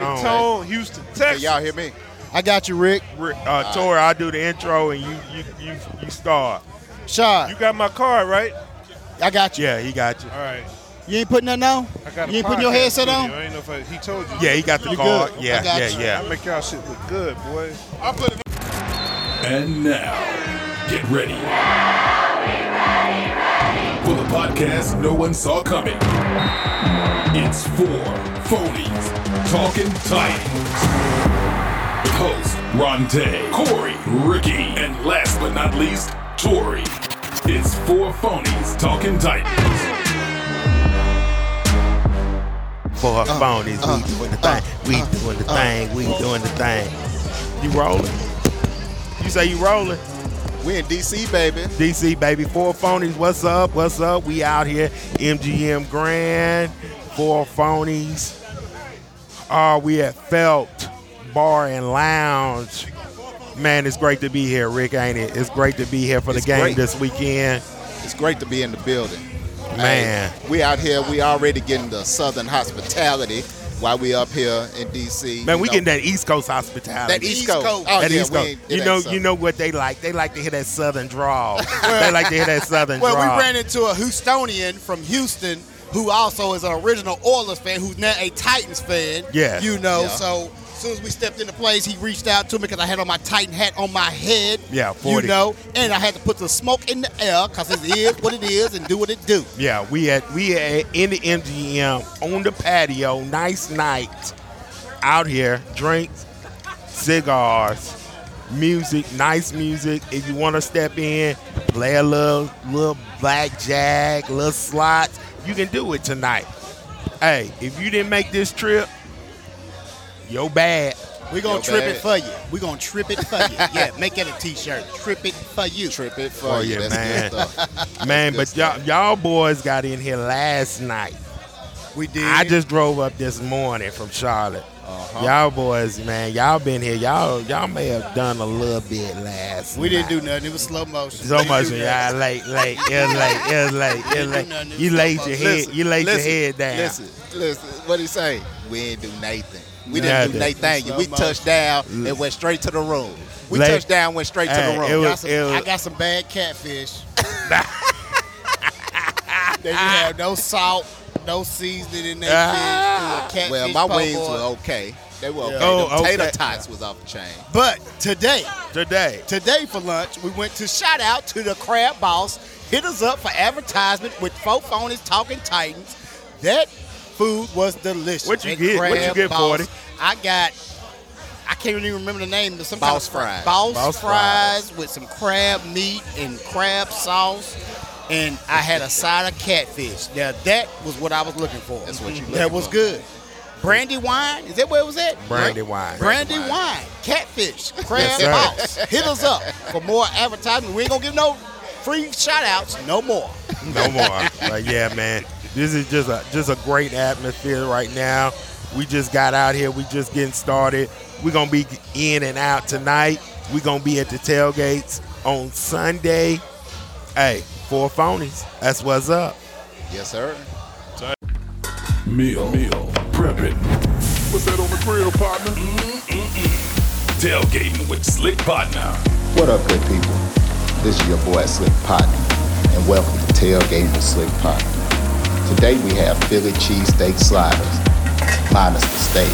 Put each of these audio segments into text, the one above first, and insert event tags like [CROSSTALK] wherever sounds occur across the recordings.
Tone, Houston, Can Texas. y'all hear me? I got you, Rick. Rick, uh, Tori, I do the intro and you you you you start. Shaw, You got my card right? I got you. Yeah, he got you. All right. You ain't putting nothing on? I got a You ain't putting your podcast headset video. on? I ain't know if I, he told you. Yeah, he got the You card. good. Yeah, I got yeah, you. I yeah. make y'all shit look good, boy. I put it. And now, get ready. For the podcast no one saw coming. It's four phonies talking titans. With hosts Ronte, Corey, Ricky, and last but not least, Tori. It's four phonies talking titans. For Uh, her phonies, we doing the thing. We doing the thing. We doing the thing. You rolling? You say you rolling? We in DC, baby. DC baby, four phonies. What's up? What's up? We out here, MGM Grand, four phonies. Uh, we at Felt Bar and Lounge. Man, it's great to be here, Rick. Ain't it? It's great to be here for the It's game great. this weekend. It's great to be in the building. Man. Hey, we out here. We already getting the Southern hospitality while we up here in DC. Man, You we know, getting that East Coast hospitality. that East Coast. Oh, That yeah, East we Coast. ain't- it You ain't know, Southern. you know what they like. They like to hear that Southern drawl. [LAUGHS] they like to hear that Southern Well, drawl. we ran into a Houstonian from Houston who also is an original Oilers fan who's now a Titans fan. Yeah. You know, Yeah. so as soon as we stepped into place, he reached out to me because I had on my Titan hat on my head. Yeah, 40. You know, and I had to put the smoke in the air because it is what it is and do what it do. Yeah, we at we at in the MGM on the patio, nice night out here, drinks, cigars, music, nice music. If you want to step in, play a little little blackjack, little slots, you can do it tonight. Hey, if you didn't make this trip, yo bad. We're going Yo, to trip bad. it for you. We're going to trip it for you. [LAUGHS] Yeah, make that a t shirt. Trip it for you. trip it for Oh, you. yeah, That's man. good stuff. Man, That's but good y'all y'all boys got in here last night. We did. I just drove up this morning from Charlotte. Uh-huh. Y'all boys, man, y'all been here. Y'all, y'all may have done a little bit last. We didn't do night. nothing. It was slow motion. so [LAUGHS] We didn't much. do Y'all nothing. late, late. It was late. It was late. It was We didn't do late. nothing. It You was laid so your much. head. You laid your listen, head down. Listen, listen. What he say? We ain't do nothing. We didn't do Nothing. nothing. We touched down and went straight to the room. We Late. touched down, went straight Hey, to the room. it was- Got some- it was- I got some [LAUGHS] bad catfish. they didn't have no salt, no seasoning in their Ah. fish. It was well, a catfish my wings po' boy. were okay. They were okay. Oh, Them tater okay. tots was off the chain. But today, Today, today for lunch, we went to shout out to the crab boss. Hit us up for advertisement with Four Phonies Talking Titans. That food was delicious. What you That get? What you crab get, boss, 40? I got. I can't even remember the name, but some kind Boss of fries. Boss, Boss fries, with some crab meat and crab sauce, and I had a side of catfish. Now that was what I was looking for. Mm-hmm. That's what you That looking was for. good. Brandy wine? Is that where it was at? Brandy wine. Brandy wine, catfish, crab sir. boss. Hit us [LAUGHS] up for more advertisement. We ain't gonna give no free shout outs no more. [LAUGHS] no more. But yeah, man, this is just a just a great atmosphere right now. We just got out here. We just getting started. We're gonna be in and out tonight. We're gonna be at the tailgates on Sunday. Hey, four phonies. That's what's up. Yes, sir. Meal, meal, prepping. What's that on the grill, partner? Tailgating with Slick Partner. What up, good people? This is your boy Slick Partner, and welcome to Tailgate with Slick Partner. Today we have Philly cheesesteak sliders, minus the steak.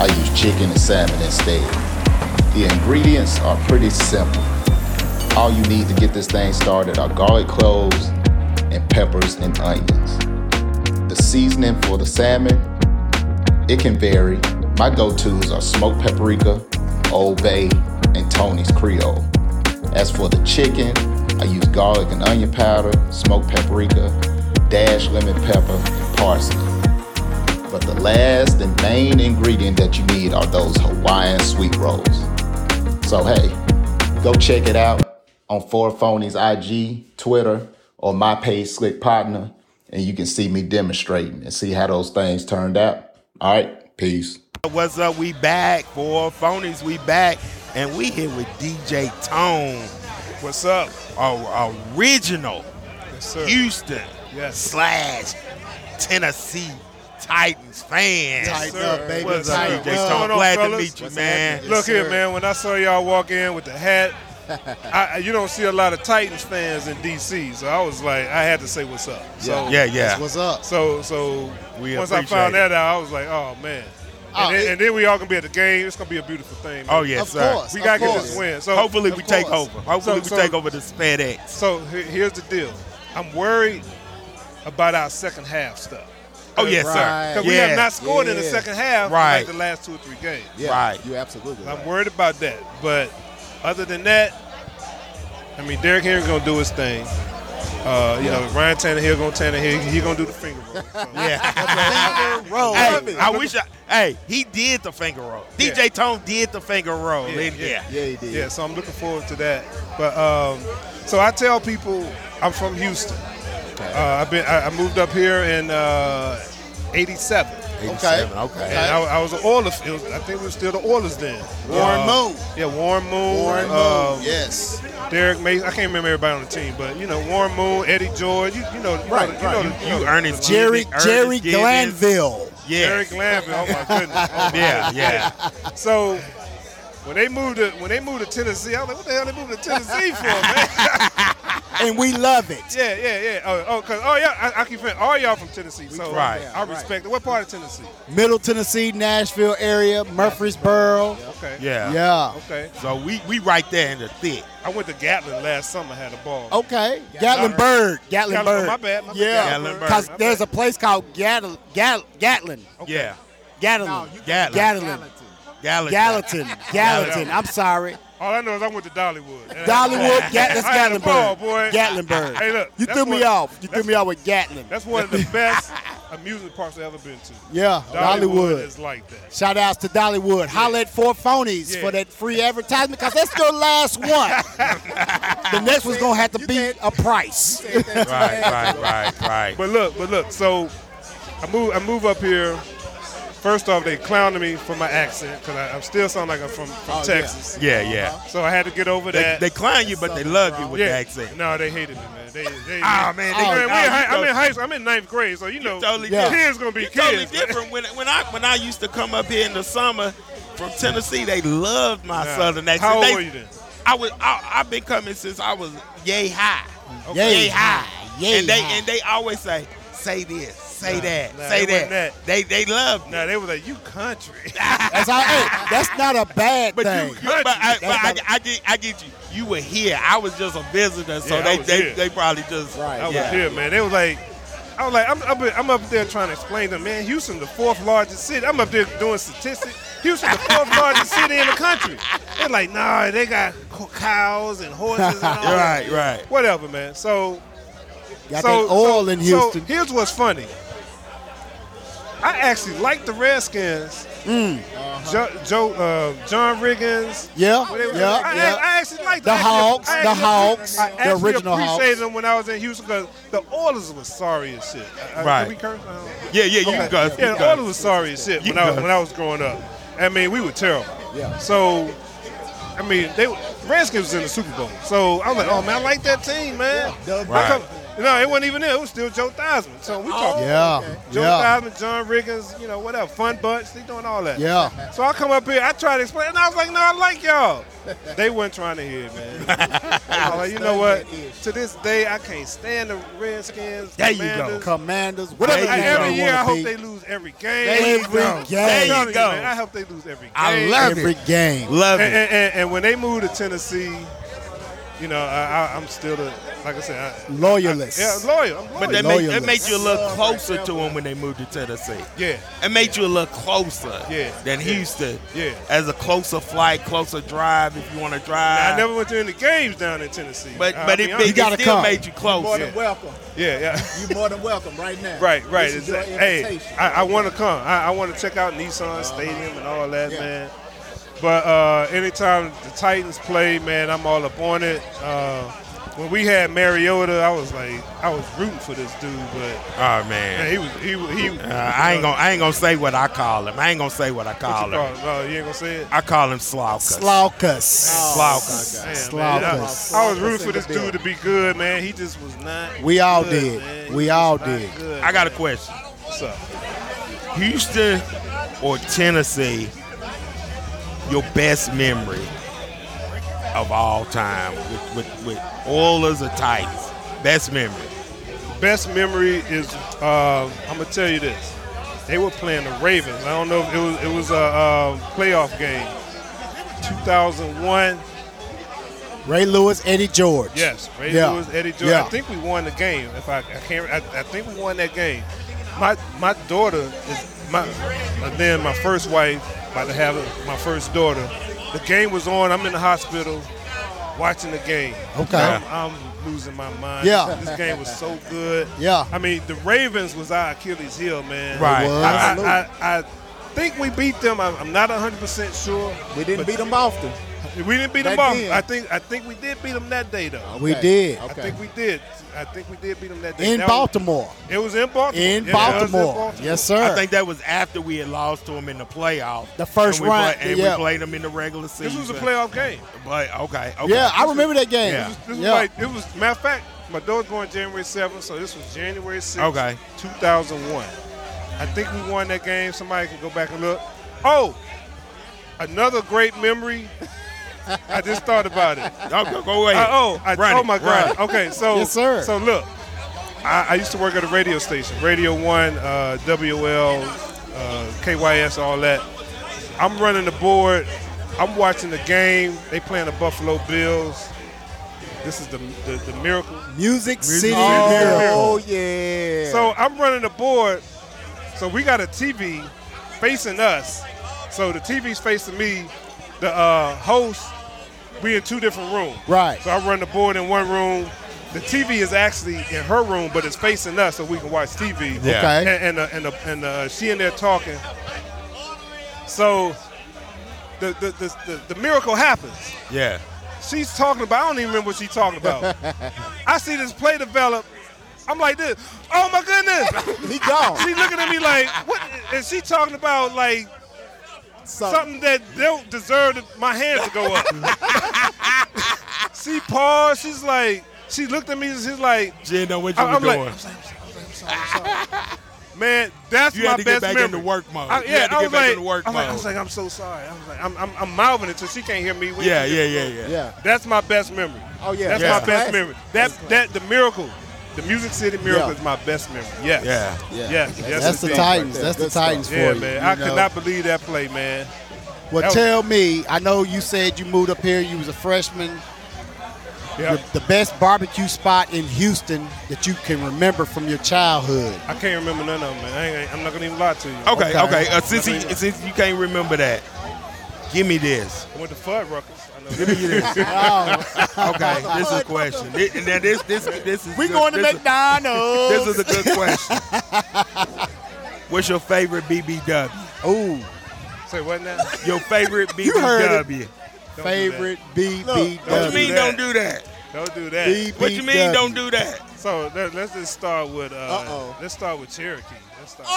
I use chicken and salmon instead. The ingredients are pretty simple. All you need to get this thing started are garlic cloves and peppers and onions. The seasoning for the salmon, it can vary. My go-tos are smoked paprika, Old Bay, and Tony's Creole. As for the chicken, I use garlic and onion powder, smoked paprika, dash lemon pepper, and parsley. But the last and main ingredient that you need are those Hawaiian sweet rolls. So hey, go check it out on Four Phonies IG, Twitter, or my page Slick Partner, and you can see me demonstrating and see how those things turned out. All right, peace. What's up? We back. Four phonies. We back, and we here with DJ Tone, What's up? our original Yes, sir. Houston Yes. slash Tennessee Titans fans. Tighten sir. up, baby. What's up? Tighten Jay What's up. Stone, going on, glad to fellas? meet you, What's man. happening? Look Yes, here, sir. man. When I saw y'all walk in with [LAUGHS] the hat, I, I- you don't see a lot of Titans fans in D.C. So I was like, I had to say what's up. So Yeah, yeah. That's what's up. So so We once I found appreciate it. that out, I was like, oh man. Oh, and, then, it- and then we all gonna be at the game. It's gonna be a beautiful thing. Man. Oh yes, of sir. course. We of gotta get course. this win. So Hopefully we Of take course. over. Hopefully So- we so- take over this FedEx. So he- here's the deal. I'm worried about our second half stuff. Oh yes, Right. sir. Because we have Yes. not scored in the Yeah. second half Right. like the last two or three games. Yeah, Right. You absolutely. I'm right. worried about that. But other than that, I mean, Derrick Henry's going to do his thing. Uh, you know, Ryan Tannehill going to Tannehill. He's going to do the finger [LAUGHS] roll. So, Yeah. Finger roll. hey, I wish I. Hey, he did the finger roll. DJ Tone did the finger roll. Yeah, and Yeah, yeah. Yeah, he did. yeah, so I'm looking forward to that. But um, so I tell people I'm from Houston. Uh, I've been I, I moved up here in uh, '87. Okay. And I, I was an Oilers. It was, I think we were still the Oilers then. Warren Uh, Moon. Yeah, Warren Moon. Warren um, Moon. Yes. Derek Mason. I can't remember everybody on the team, but you know Warren Moon, Eddie George. You, you know, you Right, know, you right. know, the- You know, Ernest the- Jerry- Jerry Ernest Jerry Gibbons. Glanville. Yeah. Derek Glanville. Oh [LAUGHS] my goodness. Oh, my yeah, yeah. goodness. So when they moved to when they moved to Tennessee, I was like, what the hell they moved to Tennessee for, man? And we love it. yeah, yeah, yeah. Oh, oh, cause oh yeah, I, I keep saying all y'all from Tennessee. So Right. I respect it. What part of Tennessee? Middle Tennessee, Nashville area, Murfreesboro. Okay. Yeah. Yeah. Okay. So we we right there in the thick. I went to Gatlin last summer. Had a ball. Okay. Gatlinburg. Gatlin- Gatlinburg. oh, my bad, my bad, yeah. Gatlinburg. Because My there's a bad. place called Gatl- Gatl- Gatlin. Yeah. Gatlin. Gatlin. Gatlin. Gallatin. Gallatin. Gallatin. I'm sorry. All I know is I went to Dollywood. And I had a ball. [LAUGHS] Dollywood. Gat- that's I had a Gatlinburg. ball, boy. Gatlinburg. Hey, look, You that's threw me what- off. You threw me off with Gatlin. That's one of [LAUGHS] the best amusement parks I've ever been to. Yeah. Dollywood Dollywood. is like that. Shout outs to Dollywood. Holla at Four Phonies Yeah. for that free advertisement because that's their [LAUGHS] last one. the next one's going to have to be a price. Right, right, right, right. [LAUGHS] But look, but look. So I move, I move up here. First off, they clowned me for my accent because I'm still sound like I'm from, Oh, from Texas. yeah, yeah. So I had to get over They, Uh-huh. that. they clown you, but they love you with the accent. No, they hated me, man. They, they, [LAUGHS] Ah, man, they- I mean, we in oh, you high- I'm go- in high school. I'm in ninth grade, so you know, totally Yeah. different. kids gonna be It's totally kids. different. When when I when I used to come up here in the summer from Tennessee, they loved my Nah. southern accent. How old They- were you then? I was I, I've been coming since I was yay Mm. high, Yay high, yay and they high. and they always say say this, say that, nah, say it wasn't that. that. They they love me. Nah, they were like, you country. [LAUGHS] That's, all, hey, that's not a bad But thing. you, you- but, I, That's but I, not- I get I get you. You were here. I was just a visitor, so Yeah, I they, was they here. they probably just Right. I was yeah. here, man. They was like, I was like, I'm, I'm, I'm up there trying to explain to them, man, Houston, the fourth largest city. I'm up there doing statistics. Houston, the fourth largest city in the country. They're like, nah, they got co- cows and [LAUGHS] horses and [LAUGHS] all that. Right, right. Whatever, man. So, Got so, that oil so- in Houston. So here's what's funny. I actually like the Redskins. Uh-huh. Jo- Jo- uh, John Riggins. Mm. yeah, Well, they was- yeah, I, I- yeah. I actually liked The I actually- Hawks, I the actually- Hawks, I the actually original appreciated Hawks. them when I was in Houston because the Oilers was sorry as shit. I- I- Right. Can we curse? Uh, I don't know. Yeah, yeah, you Okay. guys. Yeah, you the guys. Oilers was sorry as shit You when I, guys. when I was growing up. I mean, we were terrible. Yeah. So, I mean, they were- Redskins was in the Super Bowl. So I was like, oh man, I like that team, man. Yeah. How Right. come- No, it wasn't even there. It was still Joe Theismann. So we talking yeah, Joe Oh. yeah. Theismann, John Riggins, you know, whatever, Fun Bunch, they doing all that. Yeah. So I come up here, I try to explain, and I was like, no, I like y'all. [LAUGHS] They weren't trying to hear it, [LAUGHS] man. I was like, you know what? To this day, I can't stand the Redskins. There you go. Commanders. Commanders. Whatever- whatever I- you every go. year, I hope wanna they be. lose every game. Every I'm game. There you telling go. man, I hope they lose every game. I love every it. game. Love and, it. and, and, and when they moved to Tennessee, you know, I, I, I'm still the, like I said, I, Loyalist. yeah, loyal. I'm loyal. But that made, that Loyalist. made you a little closer to them when they moved to Tennessee. yeah. It made you a little closer Yeah. than Yeah. Houston. Yeah. As a closer flight, closer drive if you want to drive. I never went to any games down in Tennessee. but I'll but Uh, be it, honest. made- You it gotta still come. made you closer. than welcome. Yeah, yeah. You more than welcome right now. Right, right. This is Exactly. your Hey, invitation. I, I want to come. I, I want to check out Nissan Stadium and all that, man. But uh, anytime the Titans play, man, I'm all up on it. Uh, when we had Mariota, I was like, I was rooting for this dude, but Oh man. man, he was he was- he. Uh, I ain't gonna I ain't gonna say what I call him. I ain't gonna say what I What call you him. call it? Oh, No, you ain't gonna say it. I call him Slaukus. Slaukus. Slaukus. Damn, Slob man, us. I, I was rooting for this dude to be good, man. He just was not. We all good, did. man. He We was all not did. good, I got a man. question. What's up? Houston or Tennessee, your best memory of all time with, with, with Oilers or Titans? Best memory. Best memory is uh, I'm gonna tell you this. They were playing the Ravens. I don't know if it was it was a, uh playoff game. 2001. Ray Lewis, Eddie George. Yes, Ray Yeah. Lewis, Eddie George. Yeah. I think we won the game. If I, I can't, I, I think we won that game. My my daughter is my and then my first wife about to have my first daughter. The game was on. I'm in the hospital watching the game. Okay. I'm, I'm losing my mind. Yeah. this game was so good. Yeah. I mean the Ravens was our Achilles heel, man. Right. was. I, I, I, I think we beat them. I'm, I'm not 100 percent sure. We didn't beat them often. We didn't beat them That off. did. I think I think we did beat them that day though. We did. I think we did. I think we did beat them that day. In That was- Baltimore. it was in Baltimore. In Yeah, it was in Baltimore. Yes, sir. I think that was after we had lost to them in the playoff. The first and we round, Play, and yeah. we played them in the regular season. This was a playoff game. But okay, okay. yeah, I remember that game. Yeah. This was Yeah. like it was. Matter of fact, my daughter's born January 7th, so this was January 6th, Okay. 2001. I think we won that game. Somebody can go back and look. Oh, another great memory. I just thought about it. Oh, go, go Uh, ahead. oh, I, Run oh it, my run God. Okay, so Yes, sir. So look, I, I used to work at a radio station, Radio One, uh, WL, uh, KYS, all that. I'm running the board. I'm watching the game. They playing the Buffalo Bills. This is the the, the miracle. Music City Oh. Miracle. Oh yeah. So I'm running the board. So we got a TV facing us. So the TV's facing me. The uh, host, we in two different rooms. Right. So I run the board in one room. The TV is actually in her room, but it's facing us, so we can watch TV. Yeah. Okay. And and uh, and, uh, and uh, she in there talking. So the the, the the the miracle happens. it. Yeah. She's talking about. I don't even remember what she's talking about. I see this play develop. I'm like this. Oh my goodness! he [LAUGHS] gone. She looking at me like, what? And she talking about like something that don't deserve my hand to go up. she paused. She's like, she looked at me. and She's like, She didn't know what you I- were I'm like, doing. I'm sorry, I'm sorry, I'm sorry, I'm sorry. man, that's You my had to best get back memory. into work mode. I, You yeah, had to I get was back like, into work I'm like, I mode. was like, I'm so sorry. I was like, I'm, I'm, I'm mouthing it so she can't hear me. When yeah, she- yeah, yeah, yeah, Yeah. That's my best memory. Oh yeah. That's Yeah. my best memory. That that the miracle, the Music City miracle is my best memory. Yes. Yeah. Yeah. Yes. yes That's the indeed. Titans. there. That's the Good stuff. Titans for Yeah, you. man. you I know. could not believe that play, man. Well, That was- tell me. I know you said you moved up here. You was a freshman. Yeah. The best barbecue spot in Houston that you can remember from your childhood. I can't remember none of them, man. I ain't, I'm not gonna even lie to you. Okay, Okay. okay. Uh, since, he, since you can't remember that, give me this. I went to Fuddruckers. I know. Give me this. Oh, okay, this is a question. Thi- now this, this, this is [LAUGHS] We good- going to this is- McDonald's. This is a good question. What's your favorite BBW? Ooh, Say what now? Your favorite BBW? heard Don't favorite What BBW. you mean? Don't do that. Do that. Don't do that. BBW. What you mean? Don't do that. So let, let's just start with. Uh, Uh-oh. Let's start with Cherokee. Let's start.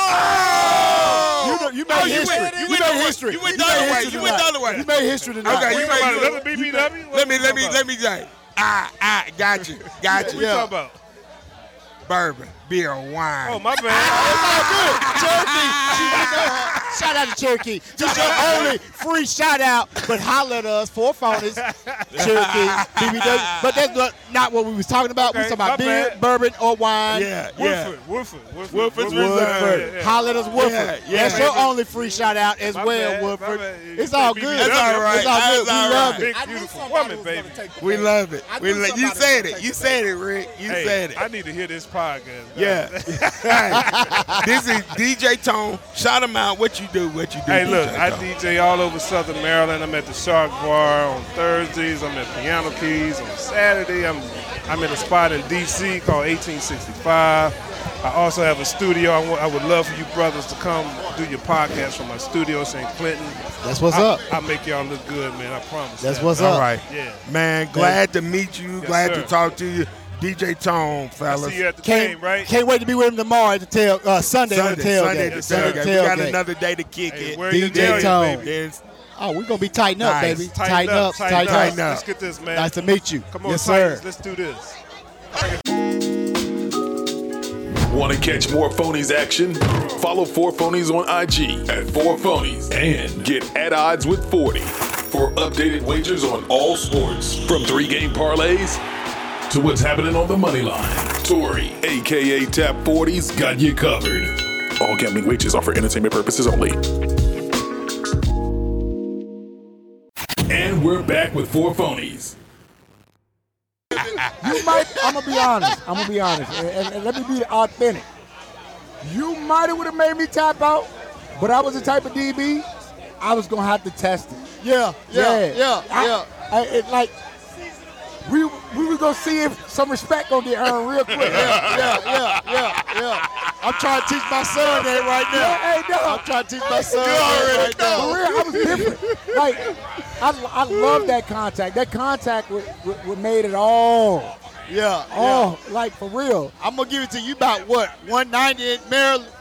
You, know- you made Oh, you history. went, you You went made the other way. history. You went the You other made way. history You went the tonight. other way. You made history tonight. Okay, What you you talking made. about? Another BBW? What Let we me let me talking let me say. Ah ah, got you, got What you. we talking about? Bourbon, beer, wine. Oh my bad. Shout out to Cherokee. Just your only free shout out, but holler at us for phonies. Cherokee, BBW. But that's not- not what we was talking about. we Okay, was talking about my beer, bad. bourbon, or wine. yeah, yeah. Woodford, Woodford, Woodford, Woodford's Woodford. Reserve. Yeah, yeah. Holler at us, Woodford. Yeah, yeah. That's your only free shout out as My well, bad, my Woodford. bad. It's all Big good. BBW. That's all right. It's all good. That's all we love right. it. Big beautiful woman, baby. We love it. We lo- you said it. You said it, Rick. You Hey, said it. [LAUGHS] I need to hear this podcast. Yeah. Hey, this is DJ Tone. Shout him out. What you do? What you do? Hey, DJ look, I Tone. DJ all over Southern Maryland. I'm at the Shark Bar on Thursdays. I'm at Piano Keys on Saturday. I'm I'm in a spot in D.C. called 1865. I also have a studio. I want- I would love for you brothers to come do your podcast from my studio, St. Clinton. That's what's I, up. I make y'all look good, man. I promise. That's that. what's up. All right. Yeah. Man, glad to meet you. Yes, glad sir. to talk to you. DJ Tone, I fellas. see you at the Can't, game, right? can't wait to be with him tomorrow at the tail uh, Sunday, on the Sunday, tailgate. Sunday, Yes, the sir. tailgate. Sunday We got tailgate. another day to kick Hey, it. where your DJ daddy, Tone. baby? It's- Oh, we're gonna be tighten up, Nice. baby. Tighten, Tighten up, tighten up. tighten up. Let's get this, man. Nice to meet you. Come on, yes, Titans. sir. Let's do this. Want to catch more Phonies action? Follow 4 Phonies on IG at 4 Phonies and get at odds with 40 for updated wagers on all sports from three game parlays to what's happening on the money line. Tori, aka Tap 40s, got you covered. All gambling wagers are for entertainment purposes only. And we're back with four phonies. You might. I'm gonna be honest. I'm gonna be honest, and, and- and let me be authentic. You might have would have made me tap out, but I was the type of DB. I was gonna have to test it. Yeah, yeah, yeah, yeah. I- I- it, like we we were gonna see if some respect gonna get earned real [LAUGHS] quick. yeah, yeah, yeah, yeah. I'm trying to teach my son that right now. Hey, no. I'm trying to teach my son You that right already now. For real, I was different. Like, I, I love that contact. That contact would, would, would made it all. Yeah, yeah. all like for real. I'm gonna give it to you about what 190 in Maryland.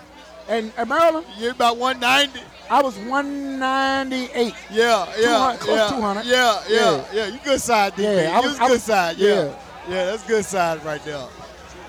And, and Maryland, You're about 190. I was 198. Yeah, yeah, 200, close yeah, 200. yeah, yeah, Yeah. yeah, You good side, DB. Yeah, I you was- was I good was- side. Yeah. yeah. yeah, that's good side right there.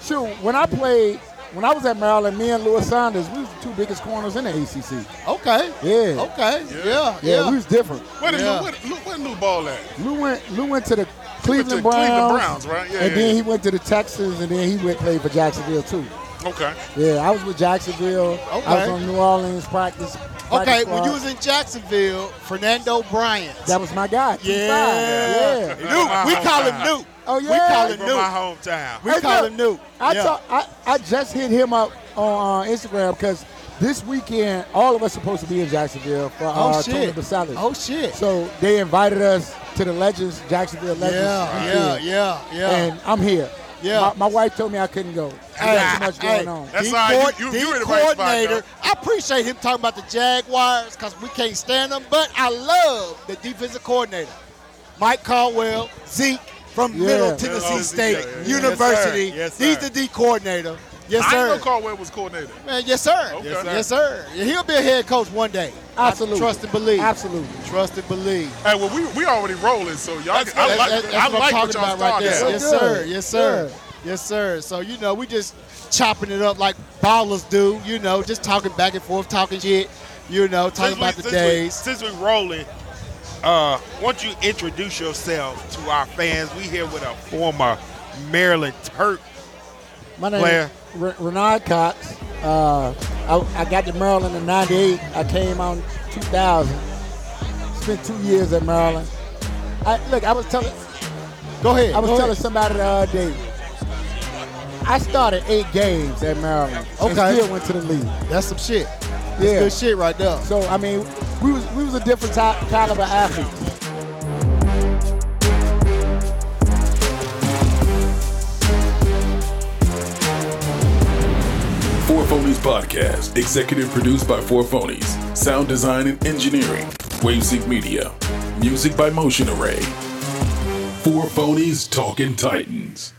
Shoot, when I played, when I was at Maryland, me and Lewis Saunders, we was the two biggest corners in the ACC. Okay. Yeah. Okay. Yeah. Yeah. Yeah, we was different. Where did Yeah. Lou, where, Lou, where Lou Ball at? Lou went, Lou went to the He went Cleveland to Browns, Cleveland Browns, right? Yeah, and yeah, then he went to the Texans, and then he went played for Jacksonville too. yeah. Okay. Yeah, I was with Jacksonville. I was Okay. on New Orleans practice. Okay. practice When you squad. was in Jacksonville, Fernando Bryant. that was my guy. Keith Yeah. Fine. yeah. Nuke. We call him Nuke. Oh We yeah. call him From my Nuke. hometown. We Hey, call look, him Nuke. I, yeah. talk, I I just hit him up on uh, Instagram because this weekend all of us supposed to be in Jacksonville for Oh, uh, Tony shit. Basalis. Oh, shit. So they invited us to the Legends Jacksonville Legends. yeah, yeah, weekend. yeah, yeah. And I'm here. Yeah. My, my wife told me I couldn't go. There's too much going on. That's D all right. coord- You- you- D you in the right spot, coordinator. I appreciate him talking about the Jaguars because we can't stand them, but I love the defensive coordinator, Mike Caldwell, Zeke from Yeah. Middle Tennessee Middle State Tennessee, yeah, yeah. University. Yes, sir. He's Yes, the D coordinator. Yes, I didn't sir. know Caldwell was coordinator. Man, yes, sir. Okay. Yes, sir. Yes, sir. Yeah, He'll be a head coach one day. I Absolutely. trust and believe. Absolutely. Trust and believe. Hey, well, we we already rolling, so y'all. That's- can- I like that's- I that's what I'm like what talking y'all about started. right there. with. Yes, So sir. good. Yes, sir. Yeah. Yes, sir. So you know, we just chopping it up like ballers do. You know, just talking back and forth, talking shit. You know, talking about the since days. We, since we rolling, uh, why don't you introduce yourself to our fans? We here with a former Maryland Turk. My name Blair. is Re- Renard Cox. Uh, I, I got to Maryland in 98. I came out in 2000. Spent two years at Maryland. I, look, I was telling Go ahead. I was go telling ahead. somebody the other day. I started eight games at Maryland. And Okay. still went to the league. that's some shit. That's Yeah. good shit right there. So I mean, we was we was a different type caliber athlete. Four Phonies Podcast, executive produced by Four Phonies. Sound design and engineering, Waveseek Media. Music by Motion Array. Four Phonies Talking Titans.